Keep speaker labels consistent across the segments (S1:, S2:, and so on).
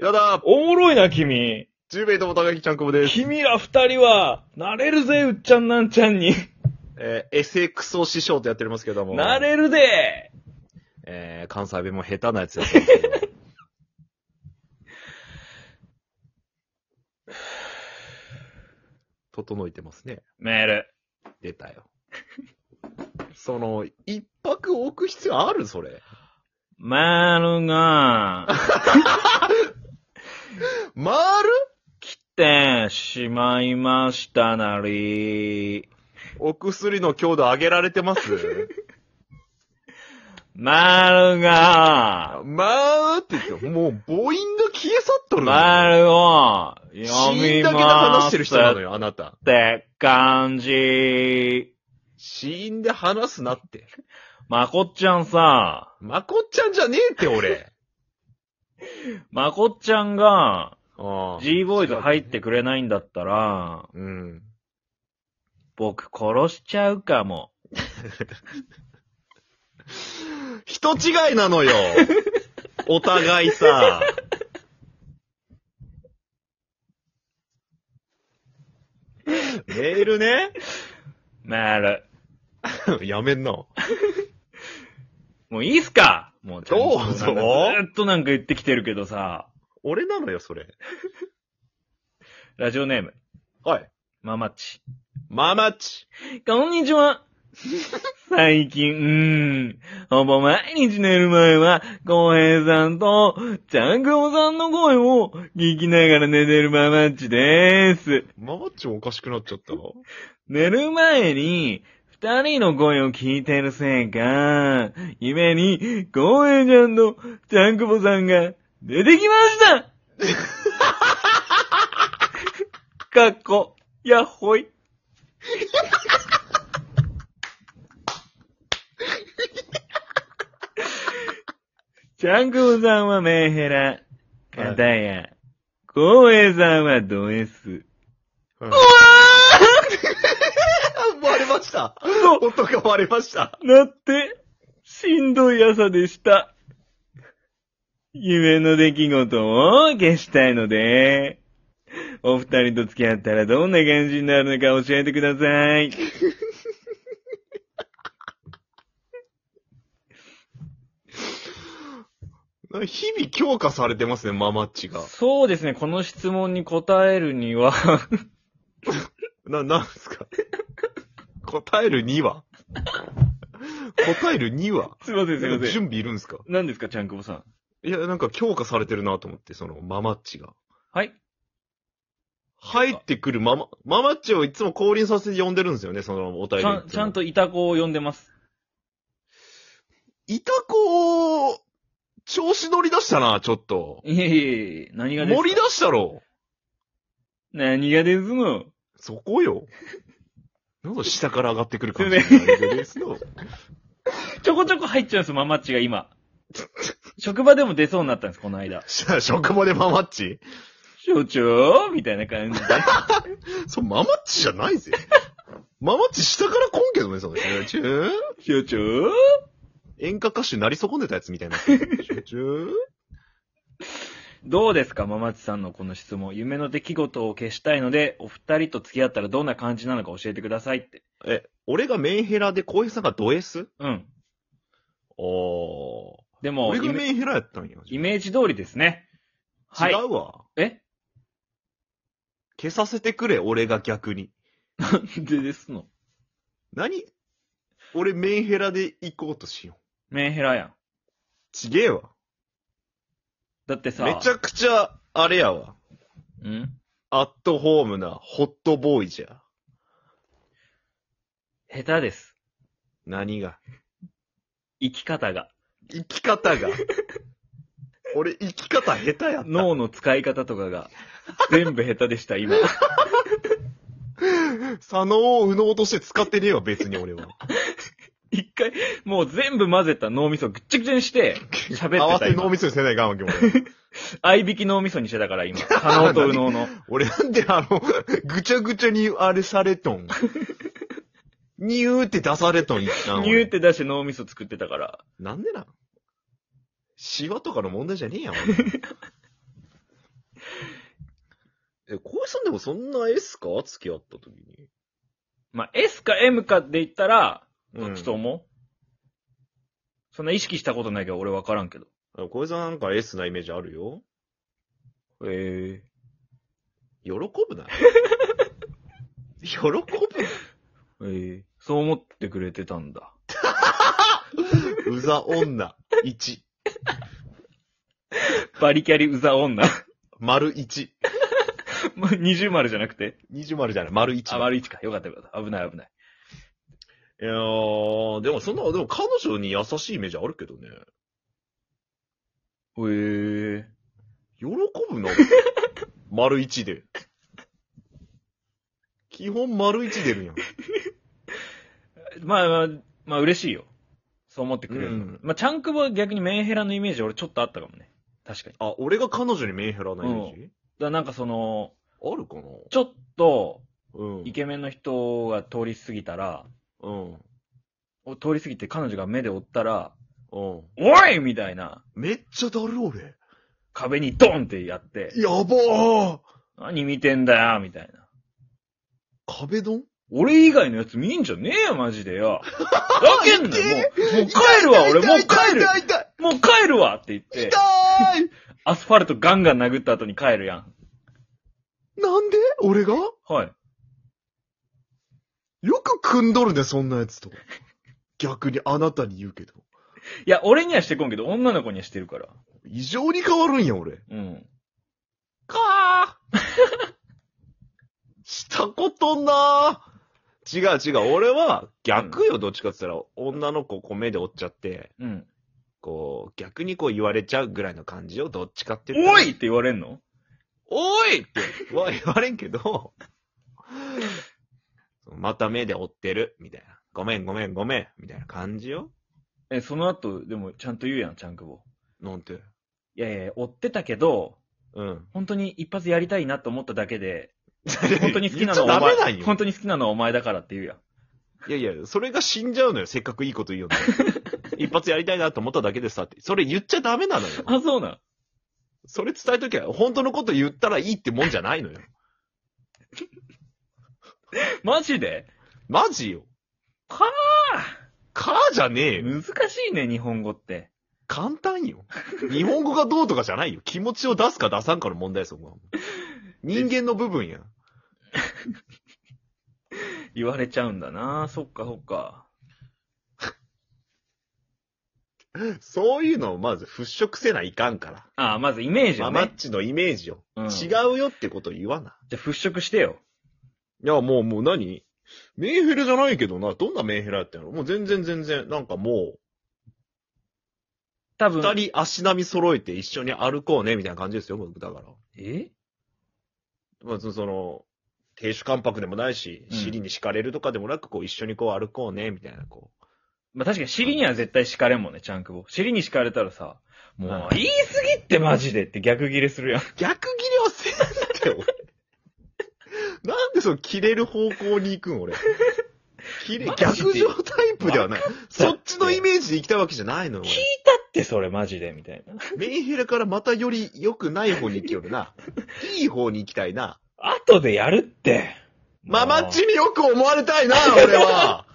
S1: やだ
S2: おもろいな、君。
S1: !10 名とも高木ちゃんこもです。
S2: 君ら二人は、なれるぜ、うっちゃんなんちゃんに。
S1: えー、エセクソ師匠とやっておりますけども。
S2: なれるで
S1: えー、関西弁も下手なやつやってますけど整えてますね。
S2: メール。
S1: 出たよ。その、一泊置く必要あるそれ。
S2: メールが、
S1: 回る
S2: 来てしまいましたなり。
S1: お薬の強度上げられてます
S2: メールが、
S1: まーって言って、もう母音が消え去っとる
S2: メ
S1: の
S2: ールを、読
S1: 死
S2: み
S1: んだけで
S2: ま
S1: 話し
S2: す
S1: てる
S2: っ
S1: 人なのよ、あなた。
S2: て感じ。
S1: 死んで話すなって。
S2: まこっちゃんさ、
S1: まこっちゃんじゃねえって、俺。
S2: まこっちゃんが、
S1: ああ
S2: G ボーイズ入ってくれないんだったら、
S1: うん。
S2: 僕殺しちゃうかも。
S1: 人違いな のよ。お互いさ。メールね。
S2: メール。
S1: やめんな。
S2: もういいっすかもうちゃんと
S1: どうぞ
S2: なんかずーっとなんか言ってきてるけどさ、
S1: 俺なのよ、それ。
S2: ラジオネーム、
S1: はい。
S2: ママッチ。
S1: ママッチ。
S2: こんにち は。最近、うーん。ほぼ毎日寝る前は、浩平さんと、ちゃんくおさんの声を聞きながら寝てるママッチでーす。
S1: ママッチおかしくなっちゃったの
S2: 寝る前に、二人の声を聞いてるせいか、夢に、浩平ちゃんと、ちゃんくぼさんが、出てきました かっこ、やっほい。ちゃんくぼさんはメンヘラ。かたや、浩平さんはド S。
S1: うん
S2: うわー
S1: 割れました。
S2: 嘘
S1: 音が割れました。
S2: なって、しんどい朝でした。夢の出来事を消したいので、お二人と付き合ったらどんな感じになるのか教えてください。
S1: 日々強化されてますね、ママッチが。
S2: そうですね、この質問に答えるに は、
S1: な、なんすか答えるには答えるには
S2: すいませんすいません。
S1: 準備いるんすか
S2: 何ですか、ちゃんくぼさん。
S1: いや、なんか強化されてるなと思って、その、ママッチが。
S2: はい。
S1: 入ってくるママ、ママッチをいつも降臨させて呼んでるんですよね、そのお便り。
S2: ちゃん、ちゃん。といた子を呼んでます。
S1: いた子、調子乗り出したな、ちょっと。
S2: いえいえいえ、何がです
S1: 盛り出したろ
S2: 何がですの
S1: そこ よ。なんだ下から上がってくる感じ。
S2: すい
S1: です の
S2: ちょこちょこ入っちゃうんですよ、ママッチが今。職場でも出そうになったんです、この間。
S1: し職場でママッチ
S2: 所長みたいな感じで。
S1: そう、ママッチじゃない ぜ。ママッチ下から来んけどね、その、ちゅ
S2: 所長
S1: 演歌歌手なり損ねたやつみたいになってる。ちゅ
S2: どうですか、ママチさんのこの質問。夢の出来事を消したいので、お二人と付き合ったらどんな感じなのか教えてくださいって。
S1: え、俺がメンヘラで浩平さんがド S?
S2: うん。
S1: おー。
S2: でも、
S1: 俺が
S2: イメ
S1: メンヘラやったんや。
S2: イメージ通りですね。は
S1: 違
S2: い。
S1: うわ。
S2: え
S1: 消させてくれ、俺が逆に。
S2: でですの。
S1: 何俺メンヘラで行こうとしよう。
S2: メンヘラやん。
S1: ちげえわ。
S2: だってさ、
S1: めちゃくちゃ、あれやわ。
S2: うん
S1: アットホームな、ホットボーイじゃ。
S2: 下手です。
S1: 何が
S2: 生き方が。
S1: 生き方 が。俺、生き方下手やった。
S2: 脳の使い方とかが、全部下手でした、今。
S1: 左脳を右脳として使ってねえわ、別に 俺は。
S2: 一回、もう全部混ぜた脳みそぐっちゃぐちゃにして、喋ってた。
S1: 合わせ
S2: 今
S1: 脳みそにせないかんわけ、 俺。
S2: 合いびき脳みそにしてたから、今。可能と右脳の。
S1: 俺 なんであの、ぐちゃぐちゃにあれされとん。ニューって出されとん、一旦俺
S2: ニューって出して脳みそ作ってたから。
S1: なんでなんシワとかの問題じゃねえやん、 え、小林さんでもそんな S か付き合った時に。
S2: まあ、S か M かって言ったら、どっちと
S1: うん
S2: 思う、そんな意識したことないけど、俺わからんけど。
S1: あの小林さんなんか S なイメージあるよ。
S2: え
S1: 喜ぶ な。喜ぶ
S2: えええそう思ってくれてたんだ。
S1: な。うざ女。1。
S2: バリキャリうざ 女。
S1: 丸1。
S2: ま二重丸じゃなくて。
S1: 二重丸じゃない。丸1。
S2: あ、丸一か。よかったよかった。危ない危ない。
S1: いやー、でもそんな、でも彼女に優しいイメージあるけどね。
S2: ええ
S1: 喜ぶ な。丸1で。基本丸1出るやん。
S2: まあまあ、まあ嬉しいよ。そう思ってくれるの。
S1: うん
S2: まあ、チャンクボは逆にメンヘラのイメージ俺ちょっとあったかもね。確かに。だか
S1: あ、俺が彼女にメンヘラなイメージ、
S2: らなんかその、
S1: あるかな
S2: ちょっと、
S1: うん。
S2: イケメンの人が通り過ぎたら、
S1: うん。
S2: お通り過ぎて彼女が目で追ったら、
S1: うん。
S2: おいみたいな、
S1: めっちゃだる俺。
S2: 壁にドンってやって、
S1: やばー
S2: 何見てんだよみたいな。
S1: 壁ドン
S2: 俺以外のやつ見んじゃねえよ、マジで よ。ふざけんなよ、もう。もう帰るわ、
S1: 痛い
S2: 俺、もう
S1: 痛い
S2: 帰る。
S1: 痛い痛い
S2: もう帰るわって言って、
S1: 痛い
S2: アスファルトガンガン殴った後に帰るやん。
S1: なんで俺が
S2: はい。
S1: よく組んどるね、そんなや つと。逆にあなたに言うけど。
S2: いや、俺にはしてこんけど、女の子にはしてるから。
S1: 異常に変わるんや、俺。
S2: うん。
S1: かあ したことなー違う違う、俺は逆よ、どっちかって言ったら、女の子こう目で追っちゃって、
S2: うん。
S1: こう、逆にこう言われちゃうぐらいの感じをどっちかって言ったら
S2: おいって言われんの
S1: おいっては言われんけど、また目で追ってる、みたいな。ごめんごめんごめん、みたいな感じよ。
S2: え、その後、でも、ちゃんと言うやん、ちゃんくぼ。
S1: なんて。
S2: いやいや、追ってたけど、
S1: うん。
S2: 本当に一発やりたいなと思っただけで、本当に好きな の
S1: 言っちゃ
S2: は
S1: ダ
S2: お
S1: メなん
S2: 前、
S1: よ
S2: 本当に好きなのはお前だからって言うやん。
S1: いやいや、それが死んじゃうのよ。せっかくいいこと言うの に。一発やりたいなと思っただけでさって。それ言っちゃダメなのよ。
S2: あ、そうなん。
S1: それ伝えときゃ、本当のこと言ったらいいってもんじゃないのよ。
S2: マジで
S1: マジよ。
S2: か
S1: かーじゃねえよ。
S2: 難しいね、日本語って。
S1: 簡単よ。日本語がどうとかじゃないよ。気持ちを出すか出さんかの問題そこは。人間の部分や。
S2: 言われちゃうんだなそっかそっか。
S1: そういうのをまず払拭せないかんから。
S2: あまずイメージ
S1: マ
S2: を
S1: マッ
S2: ね。
S1: チのイメージを。
S2: うん
S1: 違うよってことを言わな。
S2: じゃあ払拭してよ。
S1: いや、もう、もう何メンヘラじゃないけどな。どんなメンヘラやってんのもう全然全然、なんかも
S2: 多
S1: う、
S2: 分。
S1: 二人足並み揃えて一緒に歩こうね、みたいな感じですよ、僕。だから。
S2: え
S1: まあ、そその、亭主関白でもないし、
S2: うん
S1: 尻に敷かれるとかでもなく、こう、一緒にこう歩こうね、みたいな、こう。
S2: まあ、確かに尻には絶対敷かれんもんね、ちゃんくぼ。尻に敷かれたらさ、もう
S1: は、
S2: 言い過ぎってマジでって逆ギレするやん。
S1: 逆切れはせんって、俺。 なんでその、切れる方向に行くん、俺。切れ、
S2: マジで
S1: 逆上タイプではない。そっちのイメージで行きたいわけじゃないのよ、
S2: 聞い
S1: 俺。
S2: たってそれマジで、みたいな。
S1: メンヘラからまたより良くない方に行きよる な。いい方に行きたいな。
S2: 後でやるって。
S1: ママ
S2: も
S1: ッ
S2: う
S1: チによく思われたい な、俺は。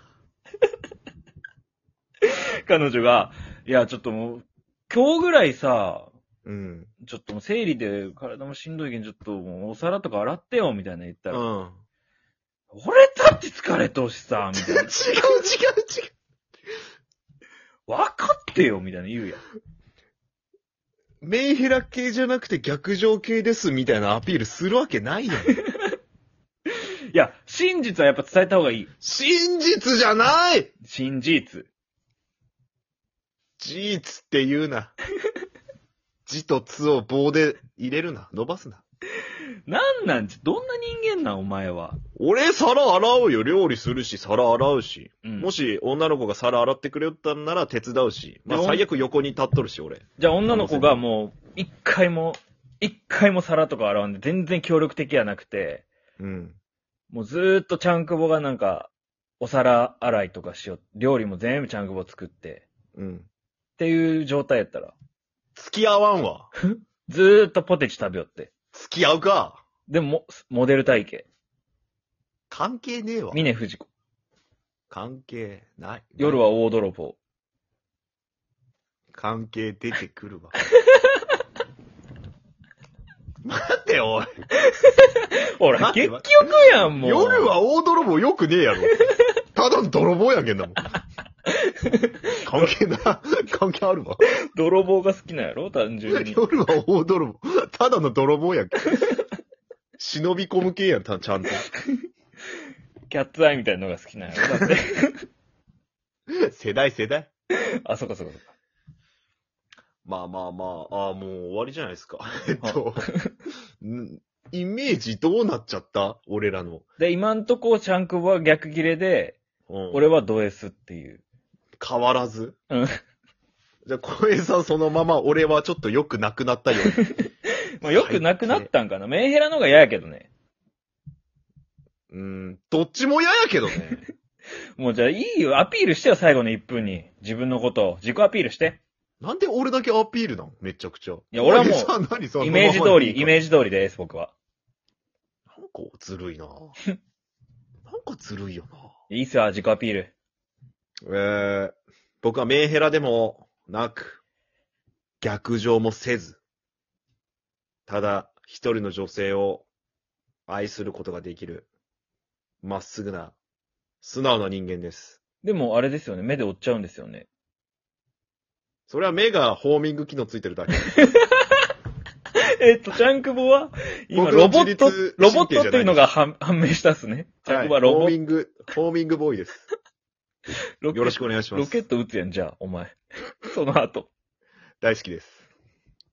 S2: 彼女が、いや、ちょっともう、今日ぐらいさ、
S1: うん。
S2: ちょっともう生理で体もしんどいけん、ちょっともうお皿とか洗ってよ、みたいな言っ
S1: う
S2: たら、
S1: ん。
S2: 俺だって疲れとうしさ、みたい
S1: 違う違う
S2: な
S1: 違。う。
S2: 分かってよ、みたいな言うやん。
S1: メンヘラ系じゃなくて逆上系ですみたいなアピールするわけないやん。
S2: いや、真実はやっぱ伝えた方がいい。
S1: 真実じゃない
S2: 真実。
S1: 事実って言うな。字とつを棒で入れるな。伸ばすな。
S2: なんなん、どんな人間なん、お前は。
S1: 俺皿洗うよ。料理するし、皿洗うし。
S2: うん
S1: もし女の子が皿洗ってくれよったんなら手伝うし。まあ
S2: でも
S1: 最悪横に立っとるし、俺。
S2: じゃあ女の子がもう、一回も、一回も皿とか洗わんで、全然協力的やなくて、
S1: うん。
S2: もうずーっとちゃんくぼがなんか、お皿洗いとかしよう。料理も全部ちゃんくぼ作って。
S1: うん。
S2: っていう状態やったら。
S1: 付き合わんわ。
S2: ずーっとポテチ食べよって。
S1: 付き合うか。
S2: でも、モデル体型。
S1: 関係ねえわ。
S2: 峰藤子。
S1: 関係ない。
S2: 夜
S1: は。
S2: は大泥棒。
S1: 関係出てく るわ。待って、おい。
S2: ほら、
S1: 待っ
S2: 結
S1: て
S2: 局
S1: 待
S2: やん、もう。
S1: 夜は大泥棒よくねえやろ。ただの泥棒やけん だもん。関係な、関係あるわ。
S2: 泥棒が好きなんやろ単純に。
S1: 夜は大泥棒。ただの泥棒やけ ん。忍び込む系やん、たちゃんと。
S2: キャッツアイみたいなのが好きなんや ろだって。
S1: 世代世代。
S2: あ、そっかそっかそっか。
S1: まあまあまあ、ああ、もう終わりじゃないですか。 えっと、んイメージどうなっちゃった俺らの。
S2: で、今んとこ、ちゃんくぼは逆切れで、
S1: うん、
S2: 俺はド S っていう。
S1: 変わらず。
S2: うん
S1: じゃあ、小平さんそのまま、俺はちょっと良くなくなったよ。
S2: まあ、よくなくなったんかな。メンヘラの方が嫌やけどね。
S1: うん、どっちも嫌やけど ね。
S2: もうじゃあいいよ。アピールしてよ、最後の1分に。自分のことを。自己アピールして。
S1: なんで俺だけアピールなのめちゃくちゃ。い
S2: や俺はもう
S1: さ何その
S2: イメージ通り、イメ
S1: ージ。
S2: ージ通りです、僕は。
S1: なんかずるい ななんかずるいよない
S2: いっすよ、自己アピール。
S1: えー、僕はメンヘラでもなく、逆上もせず、ただ一人の女性を愛することができる、まっすぐな、素直な人間です。
S2: でも、あれですよね。目で追っちゃうんです よね。
S1: それは目がホーミング機能ついてるだけ。
S2: えっと、チャンクボは、今、
S1: 僕の
S2: ロボ
S1: 自
S2: ット
S1: 律、
S2: ロ
S1: 神
S2: ボッ
S1: 経じゃ
S2: ト
S1: ない
S2: っていうのが判判明したっすね。チャン
S1: は
S2: ク
S1: い
S2: ボはロボ
S1: ホー
S2: ッ
S1: ミング、ホーミングボーイです。
S2: ト、
S1: よろしくお願いしま
S2: ロケ
S1: す。
S2: ット撃つやん、じゃあ、お前。その後。
S1: 大好きです。